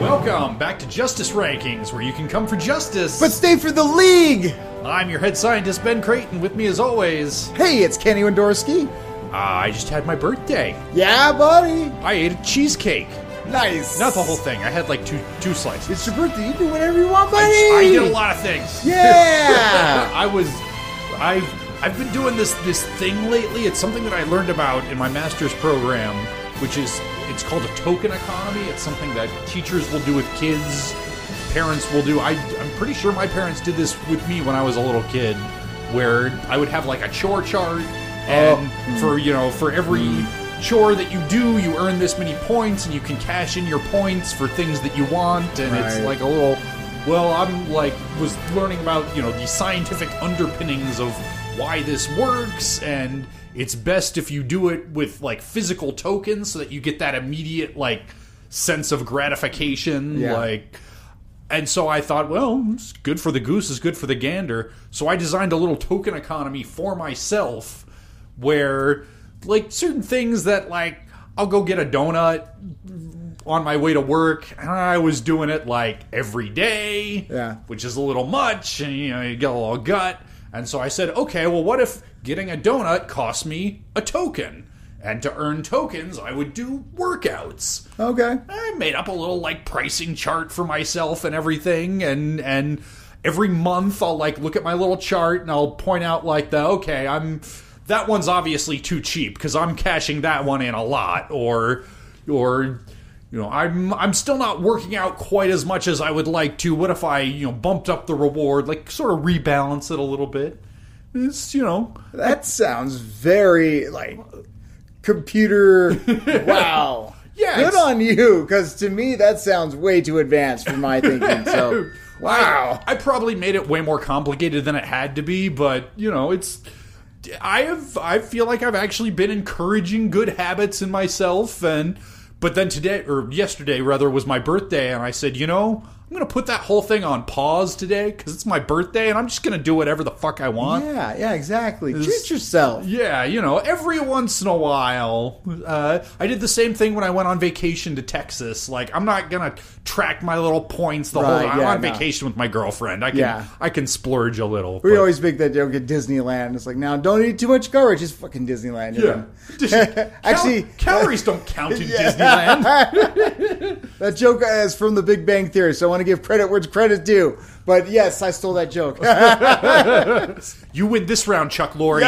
Welcome back to Justice Rankings, where you can come for justice. But stay for the league! I'm your head scientist, Ben Creighton, with me as always. Hey, it's Kenny Wendorsky. Ah, I just had my birthday. Yeah, buddy. I ate a cheesecake. Nice. Not the whole thing, I had like two two slices. It's your birthday. You do whatever you want, buddy. I did a lot of things. Yeah. I was I've I've been doing this this thing lately. It's something that I learned about in my master's program, which is it's called a token economy. It's something that teachers will do with kids, parents will do. I I'm pretty sure my parents did this with me when I was a little kid, where I would have like a chore chart Oh. and Hmm. for you know, for every chore that you do, you earn this many points and you can cash in your points for things that you want and it's Right. like like a little well i'm like was learning about you know the scientific underpinnings of why this works and it's best if you do it with like physical tokens so that you get that immediate like sense of gratification Yeah. like and so I thought, well, it's good for the goose is good for the gander. So I designed a little token economy for myself where like certain things that like I'll go get a donut on my way to work and I was doing it like every day. Yeah. Which is a little much and you know, you get a little gut. And so I said, okay, well what if getting a donut cost me a token? And to earn tokens, I would do workouts. Okay. I made up a little like pricing chart for myself and everything, and and every month I'll like look at my little chart and I'll point out like the okay, I'm that one's obviously too cheap because I'm cashing that one in a lot, or or you know I'm I'm still not working out quite as much as I would like to. What if I you know bumped up the reward, like sort of rebalance it a little bit? It's you know That sounds very like computer. wow. Yeah, Good it's- on you, because to me that sounds way too advanced for my thinking. So, wow. I probably made it way more complicated than it had to be, but you know, it's I have I feel like I've actually been encouraging good habits in myself and but then today or yesterday rather was my birthday and I said, "You know, I'm going to put that whole thing on pause today cuz it's my birthday and I'm just going to do whatever the fuck I want." Yeah, yeah, exactly. Treat yourself. Yeah, you know, every once in a while, uh, I did the same thing when I went on vacation to Texas. Like, I'm not gonna track my little points the whole Right, time. yeah, I'm on no. vacation with my girlfriend. I can, Yeah. I can splurge a little. We but- always make that joke at Disneyland. It's like, now don't eat too much garbage. It's fucking Disneyland. yeah. Cal- Actually, calories don't count in Yeah. Disneyland. That joke is from The Big Bang Theory, so I want to give credit where credit's due. But yes, I stole that joke. You win this round, Chuck Lorre.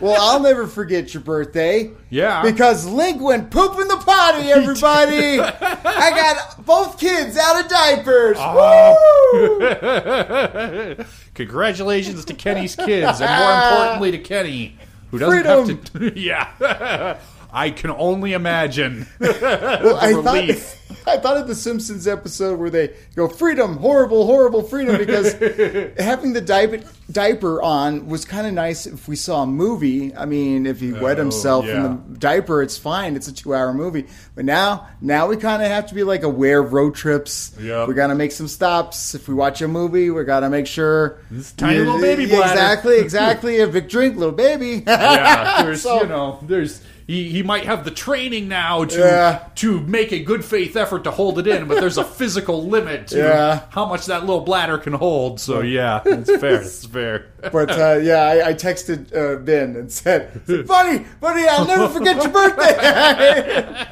well, I'll never forget your birthday. Yeah. Because Link went poop in the potty, everybody. I got both kids out of diapers. Ah. Woo! Congratulations to Kenny's kids, and more importantly to Kenny, who doesn't have to. yeah. I can only imagine. Well, Oh, I relief. thought. I thought of the Simpsons episode where they go freedom, horrible, horrible freedom because having the diaper, diaper on was kind of nice if we saw a movie. I mean, if he wet Oh, himself yeah. in the diaper, it's fine. It's a two-hour movie. But now, now we kind of have to be like aware of road trips. Yep. We got to make some stops. If we watch a movie, we got to make sure tiny little baby bladder. Exactly, exactly. a big drink, little baby. yeah, there's So- you know, there's he, he might have the training now to Yeah. to make a good faith effort to hold it in, but there's a physical limit to Yeah. how much that little bladder can hold. So yeah, it's fair. It's fair. But Oh. uh, yeah, I, I texted uh, Ben and said, "Buddy, buddy, I'll never forget your birthday."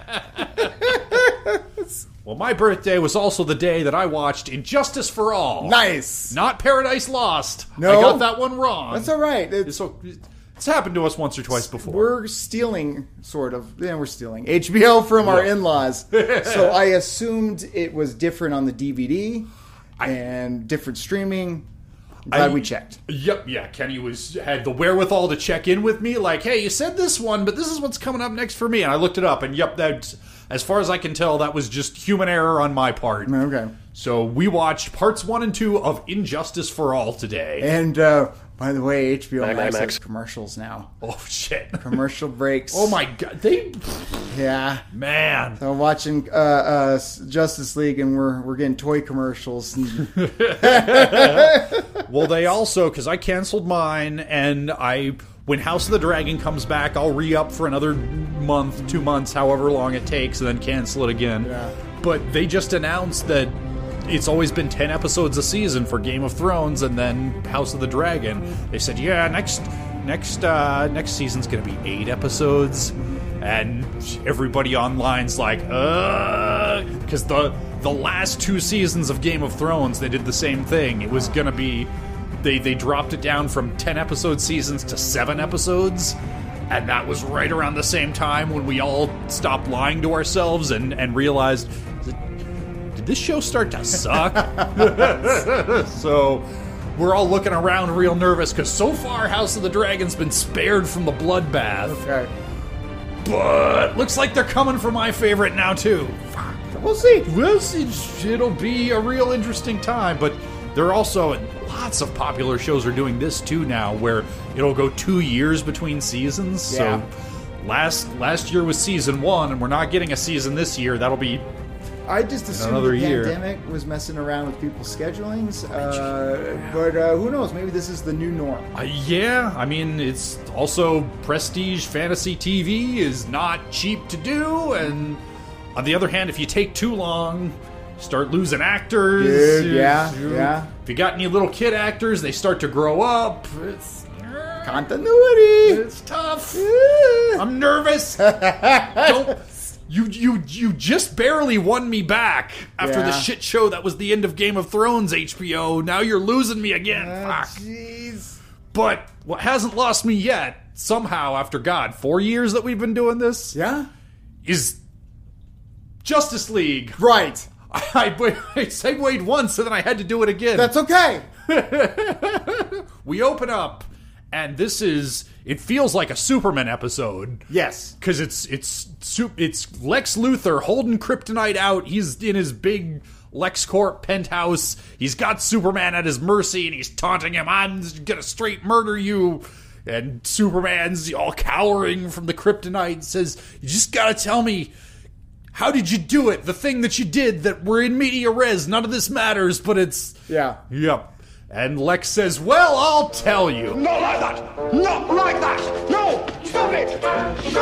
Well, my birthday was also the day that I watched Injustice for All. nice. Not Paradise Lost. I No. got that one wrong. That's all right. It's, So it's happened to us once or twice before. we're stealing, sort of. Yeah, we're stealing HBO from our in-laws. so I assumed it was different on the DVD and different streaming. Glad I- we checked. Yep, yeah. Kenny was had the wherewithal to check in with me, like, "Hey, you said this one, but this is what's coming up next for me." And I looked it up, and yep, that's as far as I can tell, that was just human error on my part. Okay. So we watched parts one and two of Injustice for All today. And uh, by the way, HBO Bye, bye, Max Max. has commercials now. Oh shit! Commercial breaks. Oh my god, they Yeah. man. So I'm watching uh, uh, Justice League, and we're we're getting toy commercials. And Well, they also because I canceled mine, and I when House of the Dragon comes back, I'll re up for another month, two months, however long it takes, and then cancel it again. Yeah. But they just announced that it's always been 10 episodes a season for Game of Thrones and then House of the Dragon. They said, "Yeah, next next uh next season's going to be 8 episodes." And everybody online's like, "Uh, cuz the the last two seasons of Game of Thrones, they did the same thing. It was going to be they they dropped it down from 10 episode seasons to 7 episodes and that was right around the same time when we all stopped lying to ourselves and and realized did this show start to suck so we're all looking around real nervous because so far house of the dragon's been spared from the bloodbath Okay. but looks like they're coming for my favorite now too We'll see. well, it's- it'll be a real interesting time, but there are also and lots of popular shows are doing this too now, where it'll go two years between seasons. Yeah. So last last year was season one, and we're not getting a season this year. That'll be I just assumed another the year. pandemic was messing around with people's schedulings, uh, but uh, who knows? Maybe this is the new norm. uh, yeah. I mean, it's also prestige fantasy TV is not cheap to do, and on the other hand, if you take too long. Start losing actors. Dude, yeah, You- yeah. If you got any little kid actors, they start to grow up. It's, Continuity. It's tough. Yeah. I'm nervous. Don't you you you just barely won me back after the Yeah. shit show that was the end of Game of Thrones HBO. Now you're losing me again. Ah, Fuck. Jeez. But what hasn't lost me yet, somehow after God, 4 years that we've been doing this Yeah. is Justice League. Right. I, I segued once and then I had to do it again. That's okay. we open up and this is it feels like a Superman episode. Yes. because it's it's su- it's Lex Luthor holding Kryptonite out. He's in his big LexCorp penthouse. He's got Superman at his mercy, and he's taunting him. I'm gonna straight murder you. And Superman's all cowering from the Kryptonite and says, "You just gotta tell me." How did you do it? The thing that you did that we're in media res, none of this matters, but it's. Yeah. Yep. And Lex says, Well, I'll tell you. Not like that! Not like that! No! Stop it! He's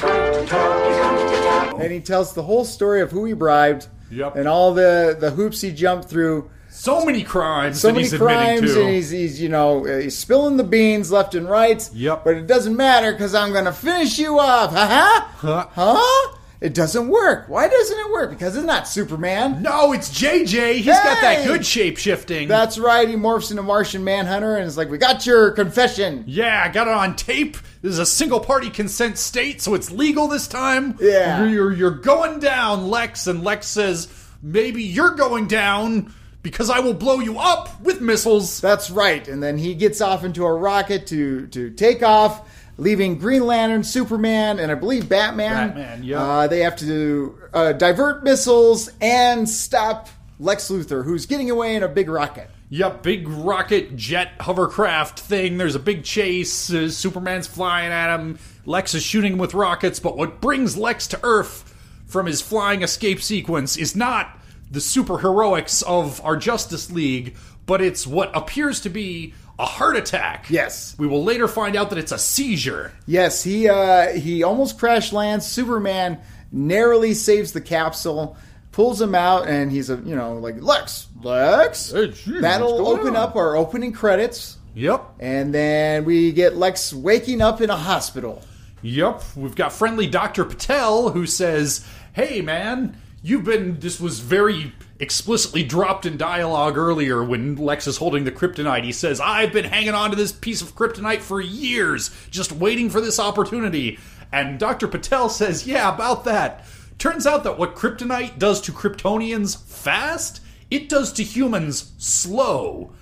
going to town. He's going to town. And he tells the whole story of who he bribed Yep. and all the, the hoops he jumped through. So many crimes So that many he's admitting crimes, to. and he's, he's, you know, uh, he's spilling the beans left and right. Yep. But it doesn't matter because I'm going to finish you off. Ha Huh. ha. Huh? It doesn't work. Why doesn't it work? Because it's not Superman. No, it's JJ. He's got that Hey! good shape shifting. That's right. He morphs into Martian Manhunter and is like, "We got your confession." yeah, I got it on tape. This is a single party consent state, so it's legal this time. Yeah. You're, you're, you're going down, Lex. And Lex says, maybe you're going down because I will blow you up with missiles. That's right. And then he gets off into a rocket to to take off, leaving Green Lantern, Superman, and I believe Batman. Batman, yeah. Uh, they have to uh, divert missiles and stop Lex Luthor, who's getting away in a big rocket. Yep, big rocket jet hovercraft thing. There's a big chase. Uh, Superman's flying at him. Lex is shooting him with rockets. But what brings Lex to Earth from his flying escape sequence is not the superheroics of our Justice League, but it's what appears to be a heart attack. Yes. We will later find out that it's a seizure. Yes, he uh, he almost crash lands. Superman narrowly saves the capsule, pulls him out, and he's a you know like Lex, Lex. Hey, gee, That'll what's going open on? up our opening credits. Yep. And then we get Lex waking up in a hospital. Yep, we've got friendly Dr. Patel who says, "Hey man, you've been this was very explicitly dropped in dialogue earlier when Lex is holding the kryptonite. He says, "I've been hanging on to this piece of kryptonite for years, just waiting for this opportunity." And Dr. Patel says, "Yeah, about that. Turns out that what kryptonite does to Kryptonians fast, it does to humans slow."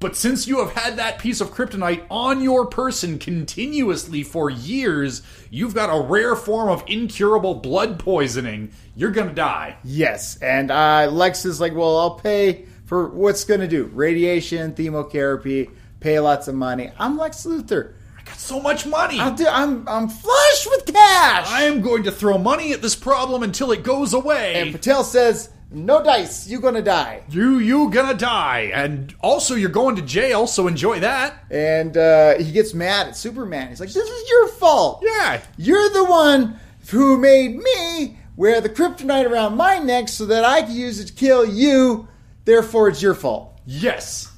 But since you have had that piece of kryptonite on your person continuously for years, you've got a rare form of incurable blood poisoning. You're gonna die. Yes, and uh, Lex is like, well, I'll pay for what's going to do radiation, chemotherapy, pay lots of money. I'm Lex Luthor. I got so much money. I'll do, I'm I'm flush with cash. I am going to throw money at this problem until it goes away. and Patel says, no dice, you're going to die. you you gonna die, and also you're going to jail. So enjoy that. And uh, he gets mad at Superman. He's like, this is your fault. Yeah. You're the one who made me wear the kryptonite around my neck so that I can use it to kill you. Therefore, it's your fault. Yes.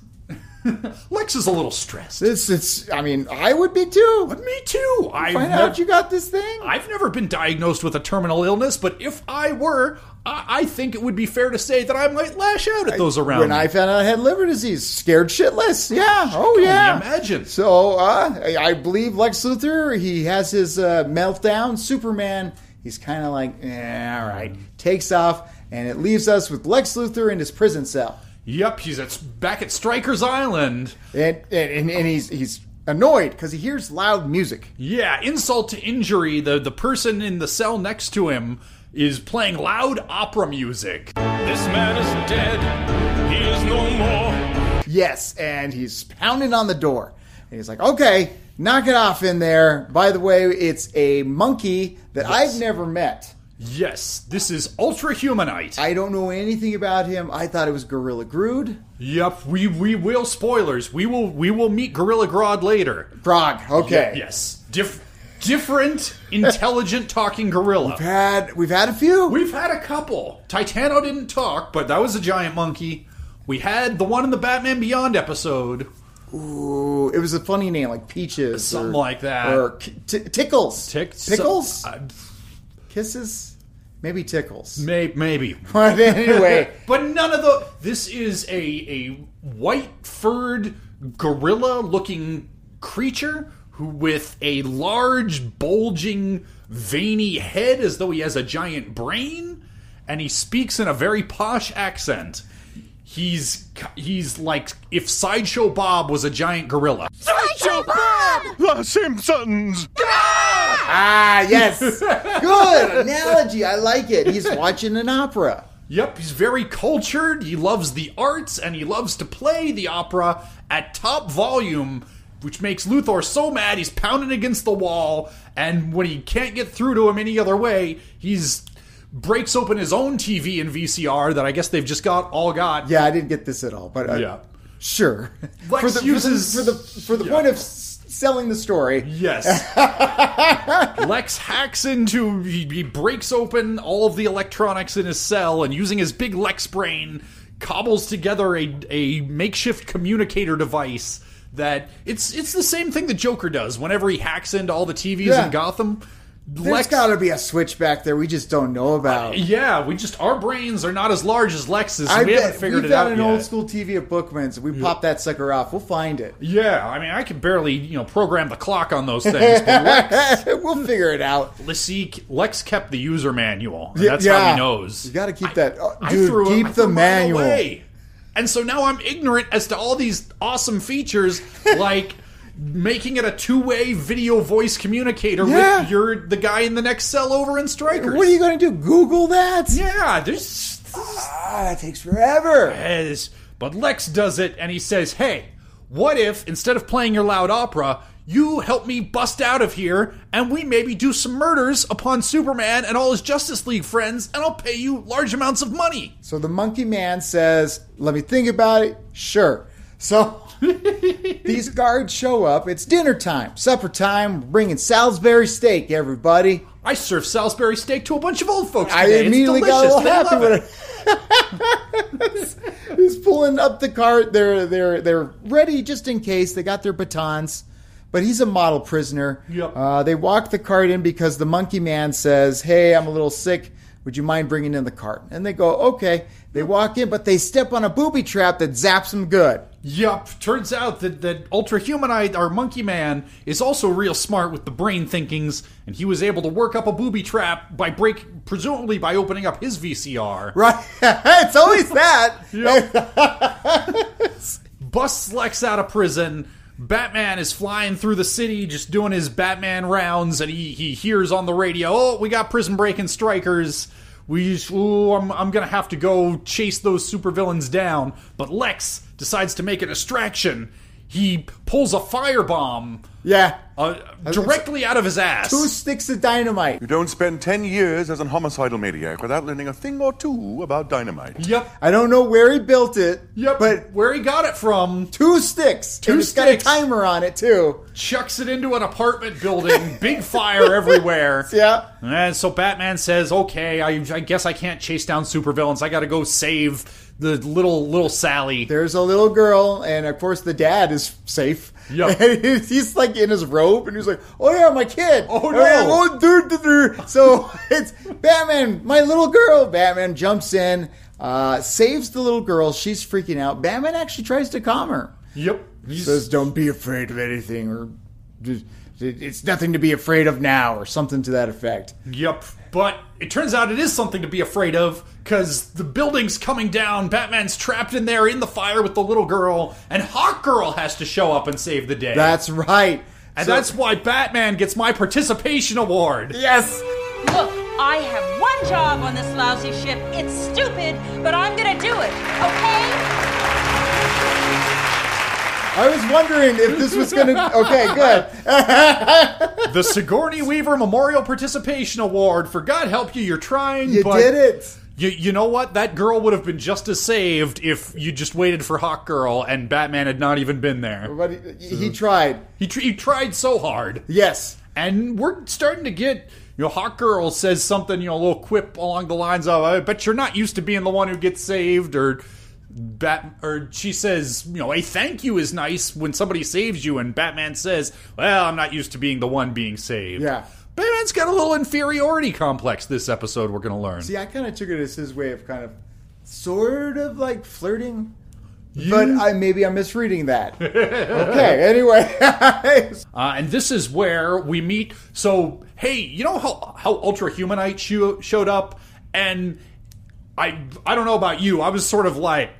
Lex is a little stressed. This, it's. I mean, I would be too. But me too. I Find out you got this thing. I've never been diagnosed with a terminal illness, but if I were, I, I think it would be fair to say that I might lash out at those around when me. I found out I had liver disease, scared shitless. Yeah. Oh Can you yeah. imagine? So uh, I- I believe Lex Luthor. He has his uh, meltdown. Superman. He's kind of like, eh, all right, takes off, and it leaves us with Lex Luthor in his prison cell, Yep, he's at, back at Strikers Island. and and, and, and he's he's annoyed because he hears loud music. Yeah, insult to injury. The the person in the cell next to him is playing loud opera music. This man is dead. He is no more. Yes, and he's pounding on the door. And he's like, okay, knock it off in there. By the way, it's a monkey that I've never met. Yes, this is Ultra Humanite. I don't know anything about him. I thought it was Gorilla Grood. Yep, we we will spoilers. We will we will meet Gorilla Grodd later. Grog, okay. Yes, Dif- different intelligent talking gorilla. We've had, we've had a few. We've had a couple. Titano didn't talk, but that was a giant monkey. We had the one in the Batman Beyond episode, Ooh, it was a funny name, like Peaches. something or, like that. Or K- T- Tickles. Tick- Pickles? so- uh, Kisses? Maybe Tickles. may- maybe. But anyway, But none of the. This is a a white furred gorilla looking creature who with a large bulging veiny head as though he has a giant brain and he speaks in a very posh accent he's he's like if sideshow bob was a giant gorilla The Simpsons. ah, yes. Good analogy. I like it. He's watching an opera. Yep, he's very cultured. He loves the arts and he loves to play the opera at top volume, which makes Luthor so mad he's pounding against the wall. And when he can't get through to him any other way, he's breaks open his own TV and VCR that I guess they've just got all got. Yeah, I didn't get this at all, but uh, Yeah. sure. Lex for the, uses- for the for the, for the Yeah. point of s- selling the story. Yes. Lex hacks into. He, he breaks open all of the electronics in his cell and using his big Lex brain, cobbles together a, a makeshift communicator device that. It's, it's the same thing the Joker does whenever he hacks into all the TVs Yeah. in Gotham. There's got to be a switch back there we just don't know about. Yeah, we just. Our brains are not as large as Lex's. I we bet haven't figured it we've got out an yet. old school TV at Bookman's. We pop that sucker off. We'll find it. Yeah, I mean, I can barely, you know, program the clock on those things, but we'll figure it out. Let's see, Lex kept the user manual. And Yeah, that's how yeah. he knows. You gotta keep that- oh, I dude, threw it- keep I the threw mine manual. away. And so now I'm ignorant as to all these awesome features, like making it a two-way video voice communicator Yeah. with your the guy in the next cell over in Strikers. What are you gonna do? Google that? yeah, there's Ah, that takes forever. as- but Lex does it, and he says, "Hey, what if instead of playing your loud opera?" You help me bust out of here, and we maybe do some murders upon Superman and all his Justice League friends, and I'll pay you large amounts of money. So the monkey man says, "Let me think about it." Sure. So these guards show up. It's dinner time, supper time. We're bringing Salisbury steak, everybody. I served Salisbury steak to a bunch of old folks. I today. It's immediately got a delicious. little They happy love it. with it. He's pulling up the cart. They're they're they're ready just in case. They got their batons, but he's a model prisoner. Yep. Uh, they walk the cart in because the monkey man says, "Hey, I'm a little sick. Would you mind bringing in the cart?" And they go, "Okay." They walk in, but they step on a booby trap that zaps them good. Yup. Turns out that that Ultra Humanite, our Monkey Man, is also real smart with the brain thinkings, and he was able to work up a booby trap by break, presumably by opening up his VCR. Right? it's always that. busts Lex out of prison. Batman is flying through the city, just doing his Batman rounds, and he, he hears on the radio, "Oh, we got prison breaking strikers. We, just- ooh, I'm I'm gonna have to go chase those supervillains down." But Lex decides to make a distraction. He pulls a firebomb Yeah. uh, directly out of his ass. Two sticks of dynamite. You don't spend 10 years as an homicidal maniac without learning a thing or two about dynamite. Yep. I don't know where he built it. Yep. But where he got it from, two sticks. Two and It's sticks. got a timer on it too. chucks it into an apartment building, big fire everywhere. Yeah. And so Batman says, "Okay, I, I guess I can't chase down supervillains. I got to go save the little little Sally." There's a little girl, and of course the dad is safe. Yep. And he's, he's like in his robe, and he's like, "Oh yeah, my kid. Oh, no. yeah, oh, dur, dur, dur." So it's Batman, my little girl. Batman jumps in, uh, saves the little girl. She's freaking out. Batman actually tries to calm her. Yep. He's- Says, "Don't be afraid of anything, or just- it- it's nothing to be afraid of now, or something to that effect." Yep. But it turns out it is something to be afraid of because the building's coming down. Batman's trapped in there in the fire with the little girl, and Hawk Girl has to show up and save the day. That's right. and So- that's why Batman gets my participation award. yes. Look, I have one job on this lousy ship. It's stupid, but I'm gonna do it, okay? I was wondering if this was gonna. Okay, good. The Sigourney Weaver Memorial Participation Award for God help you, you're trying. You but did it. You, you know what? That girl would have been just as saved if you just waited for Hawk Girl and Batman had not even been there. But he, he tried. He, tr- he tried so hard. Yes. And we're starting to get, you know, Hawk Girl says something, you know, a little quip along the lines of, I bet you're not used to being the one who gets saved, or Bat, or she says, you know, a thank you is nice when somebody saves you, and Batman says, well, I'm not used to being the one being saved. Yeah. Batman's got a little inferiority complex this episode, we're going to learn. See, I kind of took it as his way of kind of, sort of like flirting. But I maybe I'm misreading that. okay. Anyway. Uh, and this is where we meet. So, hey, you know how how Ultra Humanite sho- showed up, and I I don't know about you. I was sort of like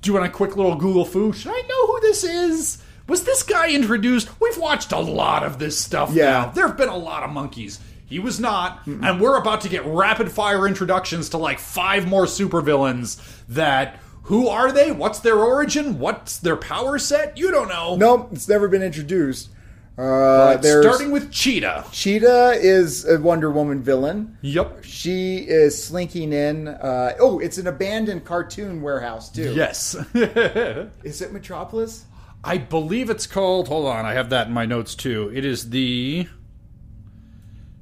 doing a quick little Google foo. Should I know who this is? Was this guy introduced? We've watched a lot of this stuff. Yeah. now. there have been a lot of monkeys. He was not, and we're about to get rapid fire introductions to like five more supervillains. That who are they? What's their origin? What's their power set? You don't know. nope. It's never been introduced. Uh, there's Starting with Cheetah. Cheetah is a Wonder Woman villain. Yep. She is slinking in. Uh, oh, it's an abandoned cartoon warehouse too. Yes. Is it Metropolis? I believe it's called. Hold on, I have that in my notes too. It is the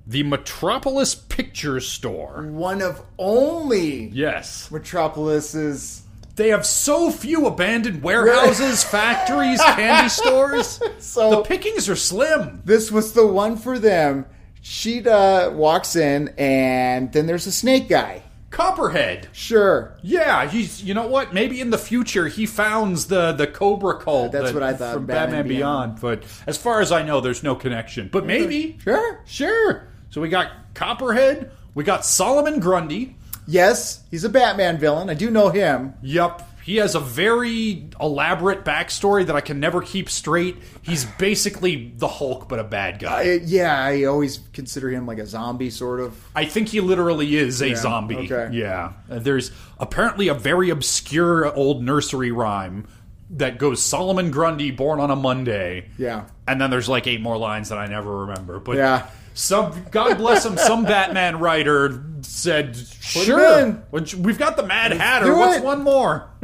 the Metropolis Picture Store. One of only Yes. Metropolis's They have so few abandoned warehouses, factories, candy stores. So- the pickings are slim. this was the one for them. Sheeta walks in, and then there's a snake guy. Copperhead. Sure, Yeah, he's you know what? Maybe in the future he founds the the Cobra cult. That's that- what I thought, from Batman, Batman Beyond. But as far as I know, there's no connection. But maybe. sure. Sure. So we got Copperhead. We got Solomon Grundy. Yes, he's a Batman villain. I do know him. Yep. He has a very elaborate backstory that I can never keep straight. He's basically the Hulk, but a bad guy. I- yeah, I always consider him like a zombie, sort of. I think he literally is a zombie. okay. Yeah. Uh, There's apparently a very obscure old nursery rhyme that goes Solomon Grundy, born on a Monday. Yeah. And then there's like eight more lines that I never remember. But Yeah. some God bless him, some Batman writer said, "Sure, in." which- we've got the Mad Hatter. do What's it." one more?"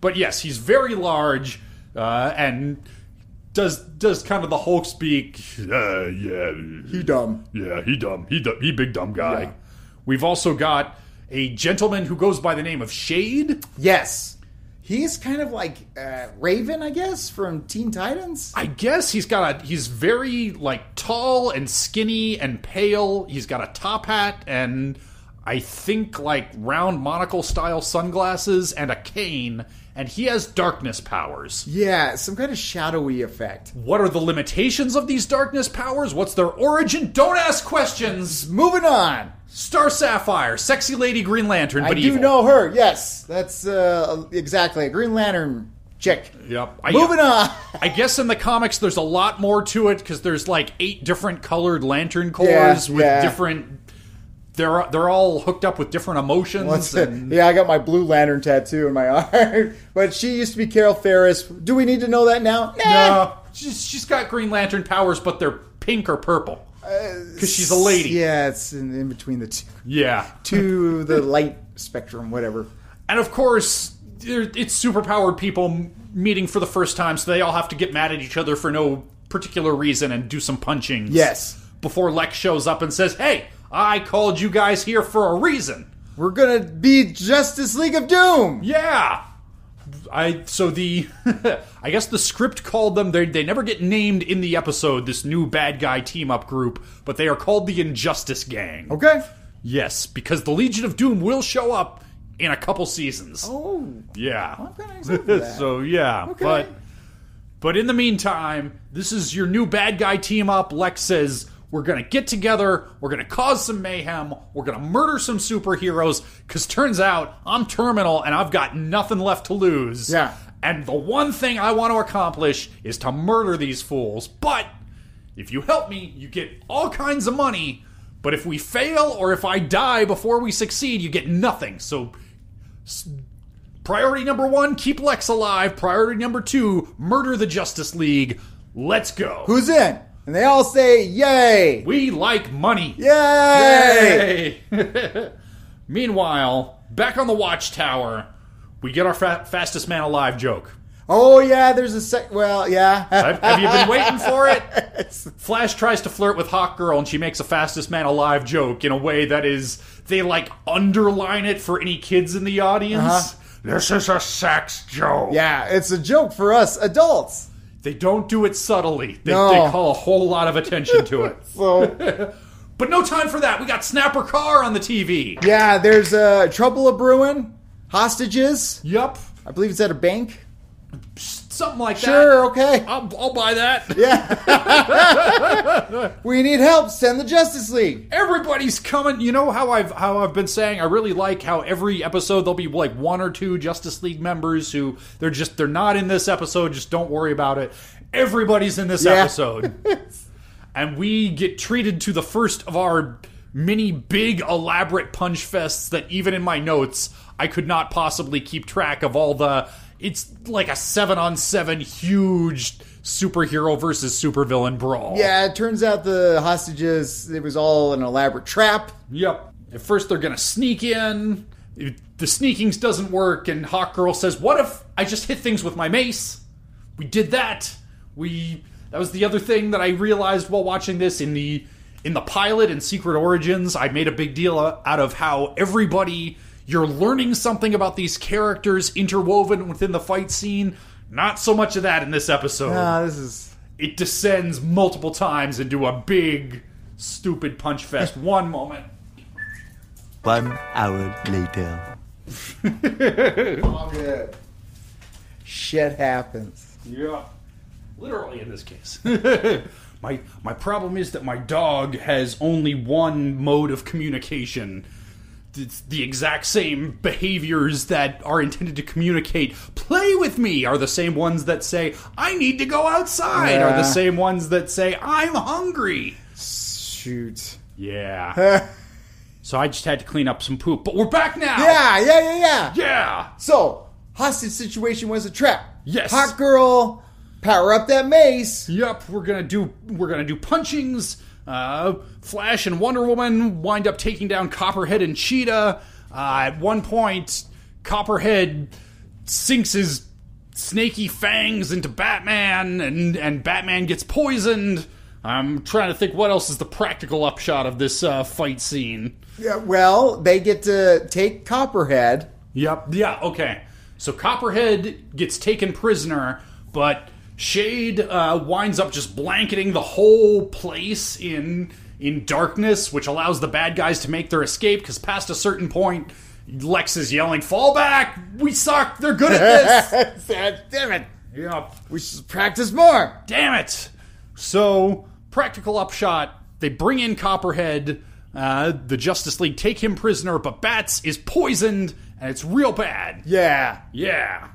but yes, he's very large uh, and does does kind of the Hulk speak. Uh, yeah, He dumb. yeah, he dumb, he dumb, he big dumb guy. Yeah. We've also got a gentleman who goes by the name of Shade. Yes, he's kind of like uh, Raven, I guess, from Teen Titans. I guess he's got a he's very like tall and skinny and pale. He's got a top hat and I think like round monocle style sunglasses and a cane and he has darkness powers. Yeah, some kind of shadowy effect. What are the limitations of these darkness powers? What's their origin? Don't ask questions. Moving on. Star Sapphire, sexy lady Green Lantern, but I do evil. know her. Yes, that's uh, exactly a Green Lantern chick. Yep. I- Moving on. I guess in the comics there's a lot more to it because there's like eight different colored lantern cores Yeah, with yeah. different. They're they're all hooked up with different emotions. What's it? and Yeah, I got my blue lantern tattoo in my arm. But she used to be Carol Ferris. Do we need to know that now? Nah. No. uh, She's, she's got Green Lantern powers, but they're pink or purple because she's a lady. Uh, Yeah, it's in, in between the two, yeah. to the light spectrum, whatever. And of course, there- it's superpowered people m- meeting for the first time, so they all have to get mad at each other for no particular reason and do some punching. Yes. Before Lex shows up and says, "Hey, I called you guys here for a reason." We're gonna be Justice League of Doom. Yeah. I so the I guess the script called them they they never get named in the episode this new bad guy team up group but they are called the Injustice Gang. Okay. Yes, because the Legion of Doom will show up in a couple seasons. Oh, Yeah. I'm kinda excited for that. so yeah, Okay. but but in the meantime, this is your new bad guy team up. Lex says we're gonna get together. We're gonna cause some mayhem. We're gonna murder some superheroes. Cause turns out I'm terminal and I've got nothing left to lose. Yeah. And the one thing I want to accomplish is to murder these fools. But if you help me, you get all kinds of money. But if we fail or if I die before we succeed, you get nothing. So Priority number one, keep Lex alive. Priority number two, murder the Justice League. Let's go. who's in? And they all say, "Yay! we like money. Yay! Yay. Meanwhile, back on the Watchtower, we get our fa- fastest man alive joke. Oh yeah, there's a sec. Well, yeah. Have, have you been waiting for it? Flash tries to flirt with Hawk Girl, and she makes a fastest man alive joke in a way that is they like underline it for any kids in the audience. This is a sex joke. Uh-huh. yeah, it's a joke for us adults. They don't do it subtly. They, No. they call a whole lot of attention to it. So But no time for that. We got Snapper Carr on the TV. yeah, there's uh, trouble a brewing, hostages. Yup. I believe it's at a bank. Something like that. Sure, okay. I'll, I'll buy that. We need help. Send the Justice League. Everybody's coming. You know how I've how I've been saying I really like how every episode there'll be like one or two Justice League members who they're just they're not in this episode, just don't worry about it. Everybody's in this Yeah. episode. and we get treated to the first of our many big elaborate punch fests that even in my notes I could not possibly keep track of all the it's like a 7 on 7 huge superhero versus supervillain brawl. Yeah, it turns out the hostages. It was all an elaborate trap. Yep. At first, they're going to sneak in. It- The sneakings doesn't work, and Hawk Girl says, "What if I just hit things with my mace?" We did that. We that was the other thing that I realized while watching this in the in the pilot in Secret Origins. I made a big deal out of how everybody you're learning something about these characters interwoven within the fight scene. Not so much of that in this episode Ah, this is it descends multiple times into a big, stupid punch fest. One moment. all good. Shit happens. Yeah. Literally in this case. my my problem is that my dog has only one mode of communication. It's the exact same behaviors that are intended to communicate play with me are the same ones that say I need to go outside are Yeah. the same ones that say I'm hungry. Shoot. Yeah. so I just had to clean up some poop, but we're back now. Yeah, yeah, yeah, yeah. Yeah. So hostage situation was a trap. Yes. Hot girl, power up that mace. Yep, we're gonna do we're gonna do punchings. Uh, Flash and Wonder Woman wind up taking down Copperhead and Cheetah. Uh, at one point, Copperhead sinks his snaky fangs into Batman, and and Batman gets poisoned. I'm trying to think what else is the practical upshot of this uh, fight scene. Yeah, well, they get to take Copperhead. Yep. Yeah, okay. So Copperhead gets taken prisoner, but Shade uh, winds up just blanketing the whole place in in darkness, which allows the bad guys to make their escape because past a certain point, Lex is yelling, Fall back! We suck! They're good at this! Damn it. yep. We should practice more. Damn it! So, practical upshot, they bring in Copperhead. Uh, the Justice League take him prisoner, but Bats is poisoned, and it's real bad. Yeah. Yeah.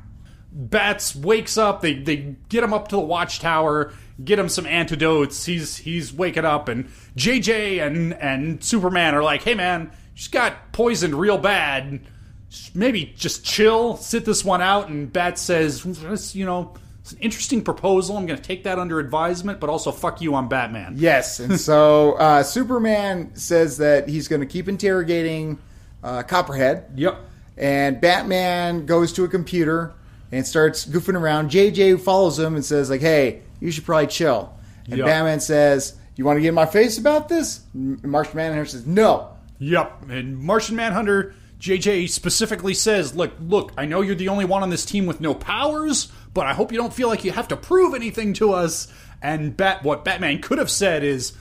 Bats wakes up. They they get him up to the watchtower. Get him some antidotes. He's he's waking up, and JJ and and Superman are like, "Hey man, she's got poisoned real bad. Sh- Maybe just chill, sit this one out." And Bats says, "This, "You know, It's an interesting proposal. I'm going to take that under advisement, but also fuck you, I'm Batman. Yes, and so uh, Superman says that he's going to keep interrogating uh, Copperhead. Yep. And Batman goes to a computer and starts goofing around. JJ follows him and says, like, hey, you should probably chill. And Yep. Batman says, you want to get in my face about this? M- Martian Manhunter says, no. Yep. And Martian Manhunter, JJ specifically says, look, look, I know you're the only one on this team with no powers, but I hope you don't feel like you have to prove anything to us. And Bat, what Batman could have said is,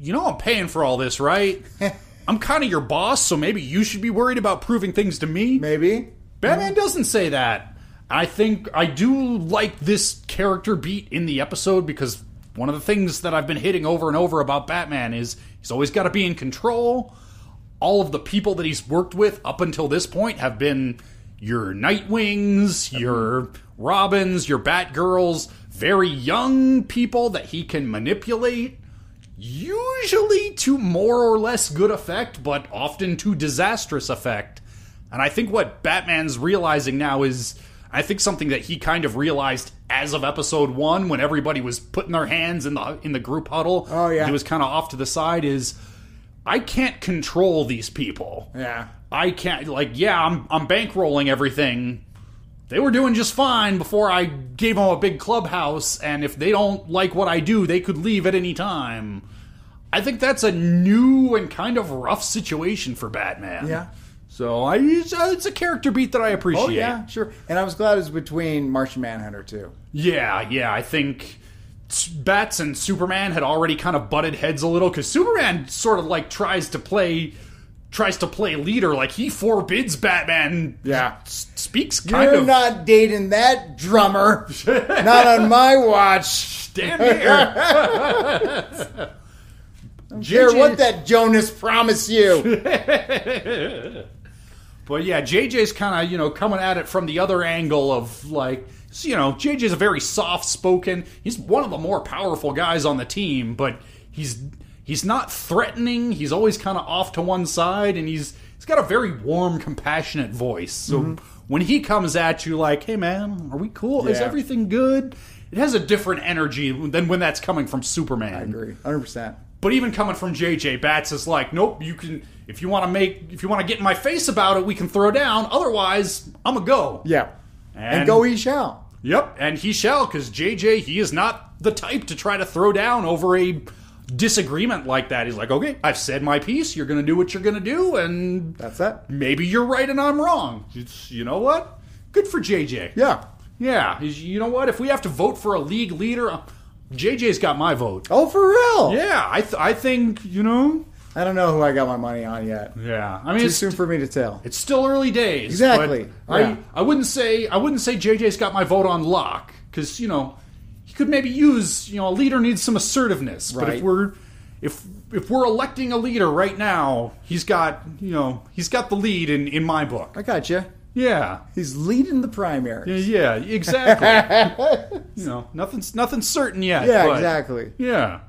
you know, I'm paying for all this, right? I'm kind of your boss, so maybe you should be worried about proving things to me. Maybe. Batman doesn't say that. I think I do like this character beat in the episode because one of the things that I've been hitting over and over about Batman is he's always got to be in control. All of the people that he's worked with up until this point have been your Nightwings, your Robins, your Batgirls, very young people that he can manipulate usually to more or less good effect, but often to disastrous effect. And I think what Batman's realizing now is, I think something that he kind of realized as of Episode One, when everybody was putting their hands in the in the group huddle. Oh, yeah. and he was kind of off to the side. Is I can't control these people. Yeah. I can't like yeah, I'm I'm bankrolling everything. They were doing just fine before I gave them a big clubhouse and if they don't like what I do, they could leave at any time. I think that's a new and kind of rough situation for Batman. Yeah. So I it's a- it's a character beat that I appreciate. Oh, yeah, sure. And I was glad it was between Martian Manhunter, too. Yeah, yeah, I think S- Bats and Superman had already kind of butted heads a little because Superman sort of like tries to play tries to play leader like he forbids Batman Yeah. s- speaks kind You're of not dating that drummer. not on my watch. damn near. Care what that Jonas promise you. But yeah, JJ's kind of, you know, coming at it from the other angle of like, so, you know, JJ's a very soft spoken. He's one of the more powerful guys on the team, but he's he's not threatening. He's always kind of off to one side and he's he's got a very warm, compassionate voice. So Mm-hmm. when he comes at you like, "Hey man, are we cool? Is Yeah. everything good?" It has a different energy than when that's coming from Superman. I agree, 100%. But even coming from JJ, Bats is like, nope, you can, if you want to make, if you want to get in my face about it, we can throw down. Otherwise, I'm a go. Yeah. And, And- go he shall. Yep. And he shall, because JJ, he is not the type to try to throw down over a disagreement like that. He's like, okay, I've said my piece. You're going to do what you're going to do. And That's that. maybe you're right and I'm wrong. It's, you know what? Good for JJ. Yeah. Yeah. he's- You know what? If we have to vote for a league leader, uh, JJ's got my vote. Oh, for real? Yeah. I, th- I think, you know. I don't know who I got my money on yet. Yeah, I mean, Too it's, soon for me to tell. it's still early days. Exactly, but I yeah. I wouldn't say I wouldn't say JJ's got my vote on lock because you know he could maybe use you know a leader needs some assertiveness. But Right. if we're if if we're electing a leader right now, he's got you know he's got the lead in in my book. I got you. Yeah, He's leading the primary. yeah, exactly. you know, nothing's nothing's certain yet. Yeah, but- exactly. yeah.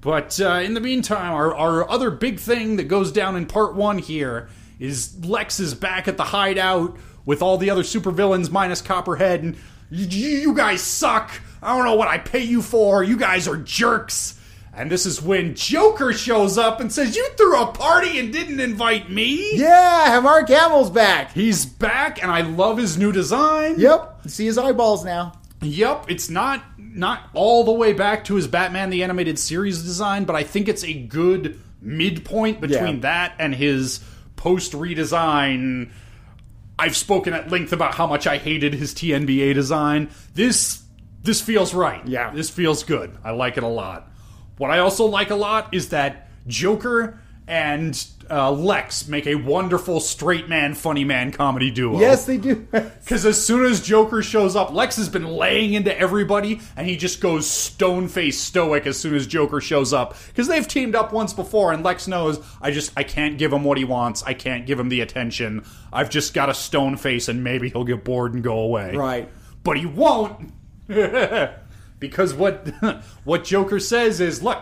But uh, in the meantime, our, our other big thing that goes down in part one here is Lex is back at the hideout with all the other supervillains minus Copperhead, and y- you guys suck. I don't know what I pay you for. You guys are jerks. And this is when Joker shows up and says, You threw a party and didn't invite me? Yeah, Hamar Camel's back. He's back, and I love his new design. Yep. See his eyeballs now. Yep, it's not not all the way back to his Batman the Animated Series design, but I think it's a good midpoint between Yeah. that and his post redesign. I've spoken at length about how much I hated his TNBA design. This this feels right. Yeah. This feels good. I like it a lot. What I also like a lot is that Joker and uh, Lex make a wonderful straight man, funny man comedy duo. Yes, they do. Because as soon as Joker shows up, Lex has been laying into everybody, and he just goes stone faced stoic as soon as Joker shows up. Because they've teamed up once before, and Lex knows I just I can't give him what he wants. I can't give him the attention. I've just got a stone face, and maybe he'll get bored and go away. Right. But he won't. because what what Joker says is, look,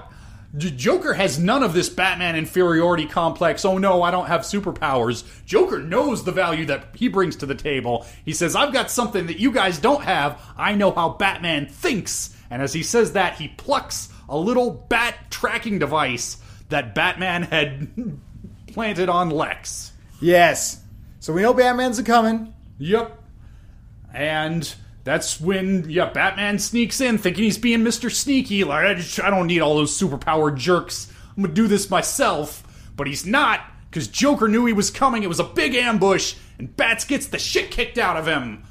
J- Joker has none of this Batman inferiority complex. Oh no, I don't have superpowers. Joker knows the value that he brings to the table. He says, I've got something that you guys don't have. I know how Batman thinks. And as he says that, he plucks a little bat tracking device that Batman had planted on Lex. Yes. So we know Batman's a coming. Yep. And that's when, yeah, Batman sneaks in thinking he's being Mr. Sneaky. Like, I, just, I don't need all those superpower jerks. I'm going to do this myself. But he's not, because Joker knew he was coming. It was a big ambush, and Bats gets the shit kicked out of him.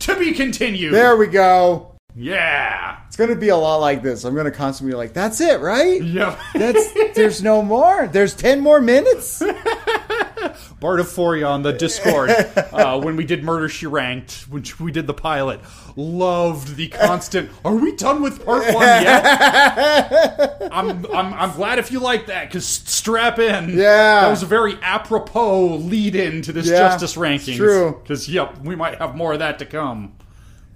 To be continued. There we go. Yeah. It's gonna be a lot like this. I'm gonna constantly be like, "That's it, right? Yep. That's there's no more. There's ten more minutes." Bart of Foria on the Discord uh, when we did Murder She Ranked, which we did the pilot, loved the constant. Are we done with part one yet? I'm, I'm I'm glad if you like that because strap in. Yeah. that was a very apropos lead in to this Yeah, justice rankings. it's true. because yep, we might have more of that to come.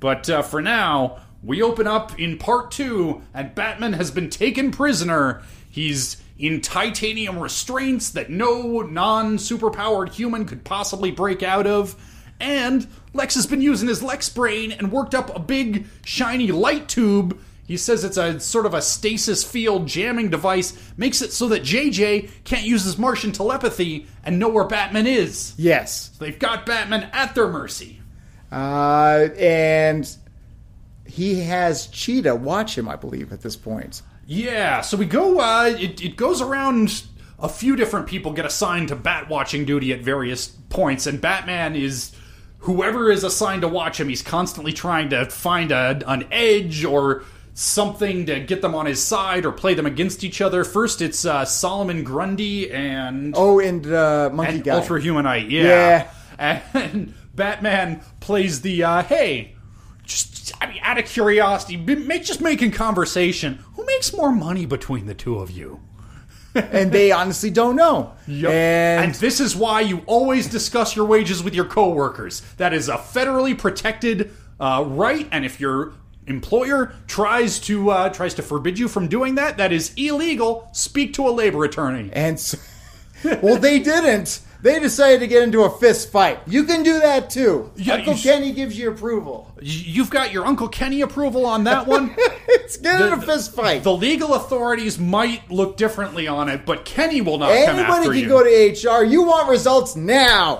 But uh, for now, we open up in part two, and Batman has been taken prisoner. He's in titanium restraints that no non superpowered human could possibly break out of. And Lex has been using his Lex brain and worked up a big, shiny light tube. He says it's a sort of a stasis field jamming device, makes it so that JJ can't use his Martian telepathy and know where Batman is. yes. They've got Batman at their mercy. Uh, and he has Cheetah watch him, I believe, at this point. Yeah, so we go. Uh, it, it goes around. A few different people get assigned to bat watching duty at various points, and Batman is whoever is assigned to watch him. He's constantly trying to find a, an edge or something to get them on his side or play them against each other. First, it's uh, Solomon Grundy and Oh, and uh, Monkey and Guy. Ultra Humanite, yeah. And Batman plays the uh, hey, just I mean, out of curiosity, be- make just making conversation. Who makes more money between the two of you? and they honestly don't know. And, and this is why you always discuss your wages with your coworkers. That is a federally protected uh, right, and if your employer tries to uh, tries to forbid you from doing that, that is illegal. Speak to a labor attorney. and so, well, they didn't. They decided to get into a fist fight. You can do that too. Yeah, you Uncle s- Kenny gives you approval. Y- You've got your Uncle Kenny approval on that one. Let's get in the- a fist fight. The legal authorities might look differently on it, but Kenny will not come Anybody after can you. go to HR. You want results now.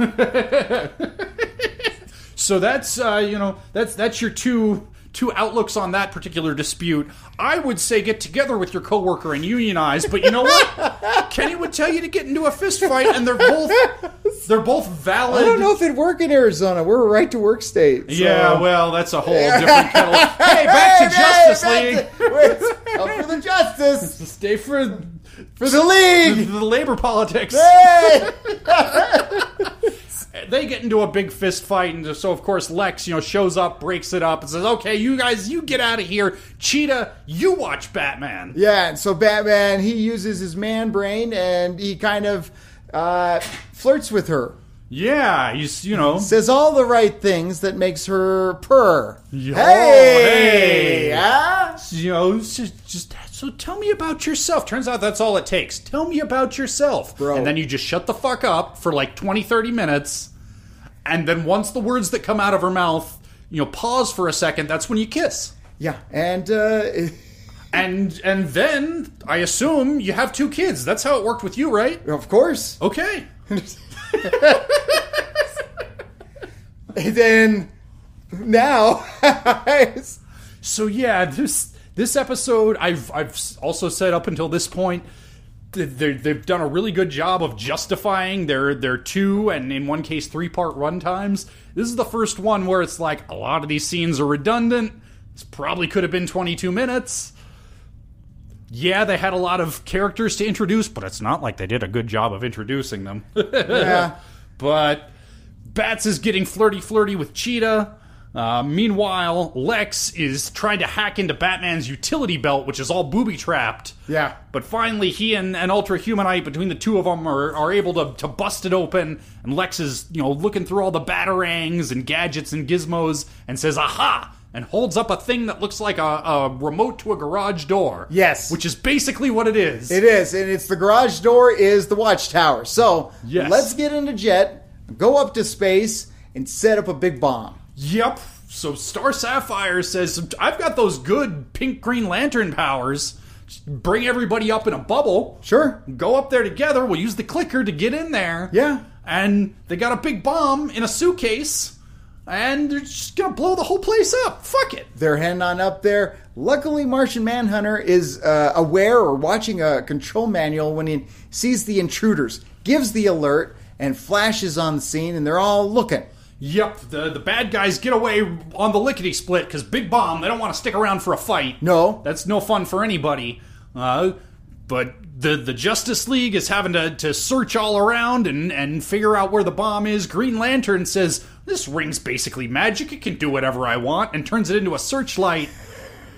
so that's uh, you know that's that's your two two outlooks on that particular dispute. I would say get together with your coworker and unionize, but you know what? Kenny would tell you to get into a fist fight, and they're both they're both valid. I don't know if it'd work in Arizona. We're a right to work state. so- Yeah, well, that's a whole different kettle. Hey, back Hey, to Justice League. hey, back to- Wait, up for the justice Stay for for the league. the labor politics. Hey! they get into a big fist fight, and so of course Lex, you know, shows up, breaks it up, and says, "Okay, you guys, you get out of here. Cheetah, you watch Batman." Yeah, and so Batman he uses his man brain and he kind of uh, flirts with her, Yeah, he's you know, says all the right things that makes her purr. Yo, hey. hey, huh? you know, it's just, just so tell me about yourself. Turns out that's all it takes. Tell me about yourself, Bro. And then you just shut the fuck up for like 20, 30 minutes, and then once the words that come out of her mouth, you know, pause for a second. That's when you kiss. yeah, and uh, And and then I assume you have two kids. That's how it worked with you, right? of course, Okay. and then now, So yeah, this this episode I've I've also said up until this point th- they're- they've done a really good job of justifying their their two and in one case three part run times. This is the first one where it's like a lot of these scenes are redundant. This probably could have been 22 minutes. Yeah, they had a lot of characters to introduce, but it's not like they did a good job of introducing them. yeah, But Bats is getting flirty flirty with Cheetah. Uh, meanwhile, Lex is trying to hack into Batman's utility belt, which is all booby trapped. Yeah. But finally, he and, and Ultra Humanite, between the two of them, are, are able to, to bust it open. And Lex is, you know, looking through all the batarangs and gadgets and gizmos and says, Aha! and holds up a thing that looks like a, a remote to a garage door. Yes. Which is basically what it is. It is, and it's the garage door is the watchtower. So Yes. let's get in a jet, go up to space, and set up a big bomb. Yep. So Star Sapphire says, I've got those good pink Green Lantern powers. Just bring everybody up in a bubble. Sure. Go up there together. We'll use the clicker to get in there. Yeah. And they got a big bomb in a suitcase. And they're just going to blow the whole place up. Fuck it. They're heading on up there. Luckily, Martian Manhunter is uh, aware or watching a control manual when he sees the intruders, gives the alert, and flashes on the scene, and they're all looking. Yep. The, the bad guys get away on the lickety split because big bomb. They don't want to stick around for a fight. No. That's no fun for anybody. Uh, but the the Justice League is having to, to search all around and, and figure out where the bomb is. Green Lantern says, This ring's basically magic. It can do whatever I want, and turns it into a searchlight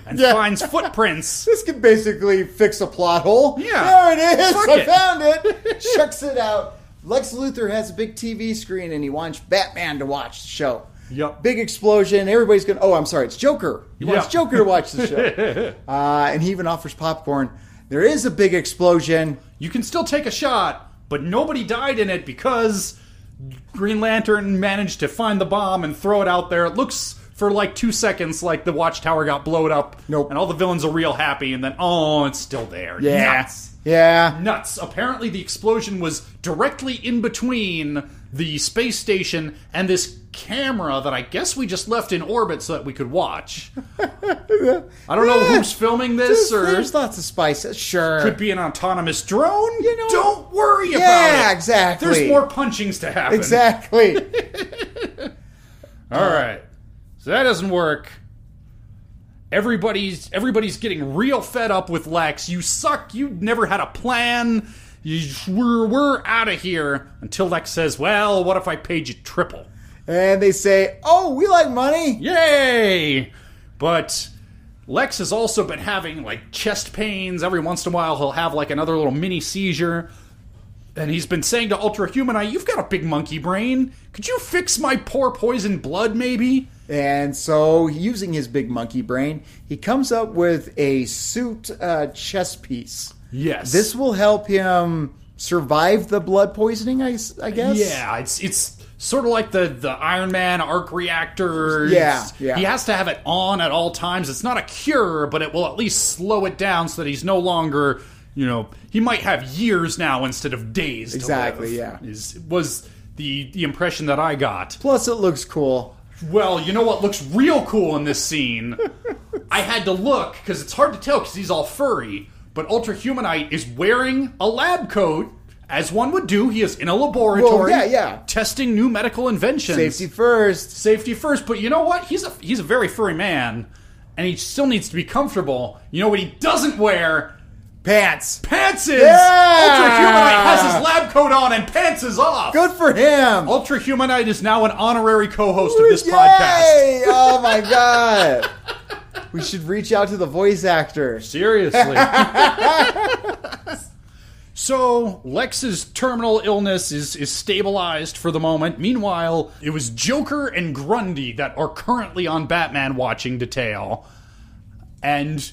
and Yeah. finds footprints. This could basically fix a plot hole. Yeah. There it is. Fuck I it. found it. Shucks it out. Lex Luthor has a big TV screen and he wants Batman to watch the show. Yup. Big explosion. Everybody's going, to oh, I'm sorry, it's Joker. He wants Yeah. Joker to watch the show. uh, and he even offers popcorn. There is a big explosion. You can still take a shot, but nobody died in it because Green Lantern managed to find the bomb and throw it out there. It looks for like two seconds like the watchtower got blown up. Nope. And all the villains are real happy, and then, oh, it's still there. Yeah. Nuts. Yeah. Nuts. Apparently, the explosion was directly in between the space station and this camera that I guess we just left in orbit so that we could watch. I don't know who's filming this There's, or there's lots of spices. Sure. could be an autonomous drone. You know- don't worry about it. Yeah, exactly. There's more punchings to happen. Exactly. All right. So that doesn't work. Everybody's everybody's getting real fed up with Lex. You suck. You never had a plan. You, we're we're out of here until Lex says, "Well, what if I paid you triple?" and they say, oh, we like money. Yay! But Lex has also been having like chest pains. Every once in a while, he'll have like another little mini seizure. And he's been saying to Ultra Human Eye, You've got a big monkey brain. Could you fix my poor poison blood, maybe? And so, using his big monkey brain, he comes up with a suit uh, chess piece. Yes. This will help him survive the blood poisoning, I, s- I guess? Yeah, it's it's sort of like the the Iron Man arc reactor. Yeah, It's- yeah. He has to have it on at all times. It's not a cure, but it will at least slow it down so that he's no longer, you know, he might have years now instead of days. to Exactly, live, yeah. is was the the impression that I got. Plus, it looks cool. Well, you know what looks real cool in this scene? I had to look because it's hard to tell because he's all furry. But Ultra Humanite is wearing a lab coat, as one would do. He is in a laboratory, yeah, yeah. testing new medical inventions. Safety first. Safety first. But you know what? He's a he's a very furry man, and he still needs to be comfortable. You know what he doesn't wear? Pants. Pants is Yeah! Ultra Humanite has his lab coat on and pants is off. Good for him. Ultra Humanite is now an honorary co-host of this Yay! podcast. Oh, my God. we should reach out to the voice actor. Seriously. so Lex's terminal illness is is stabilized for the moment. Meanwhile, it was Joker and Grundy that are currently on Batman watching detail. And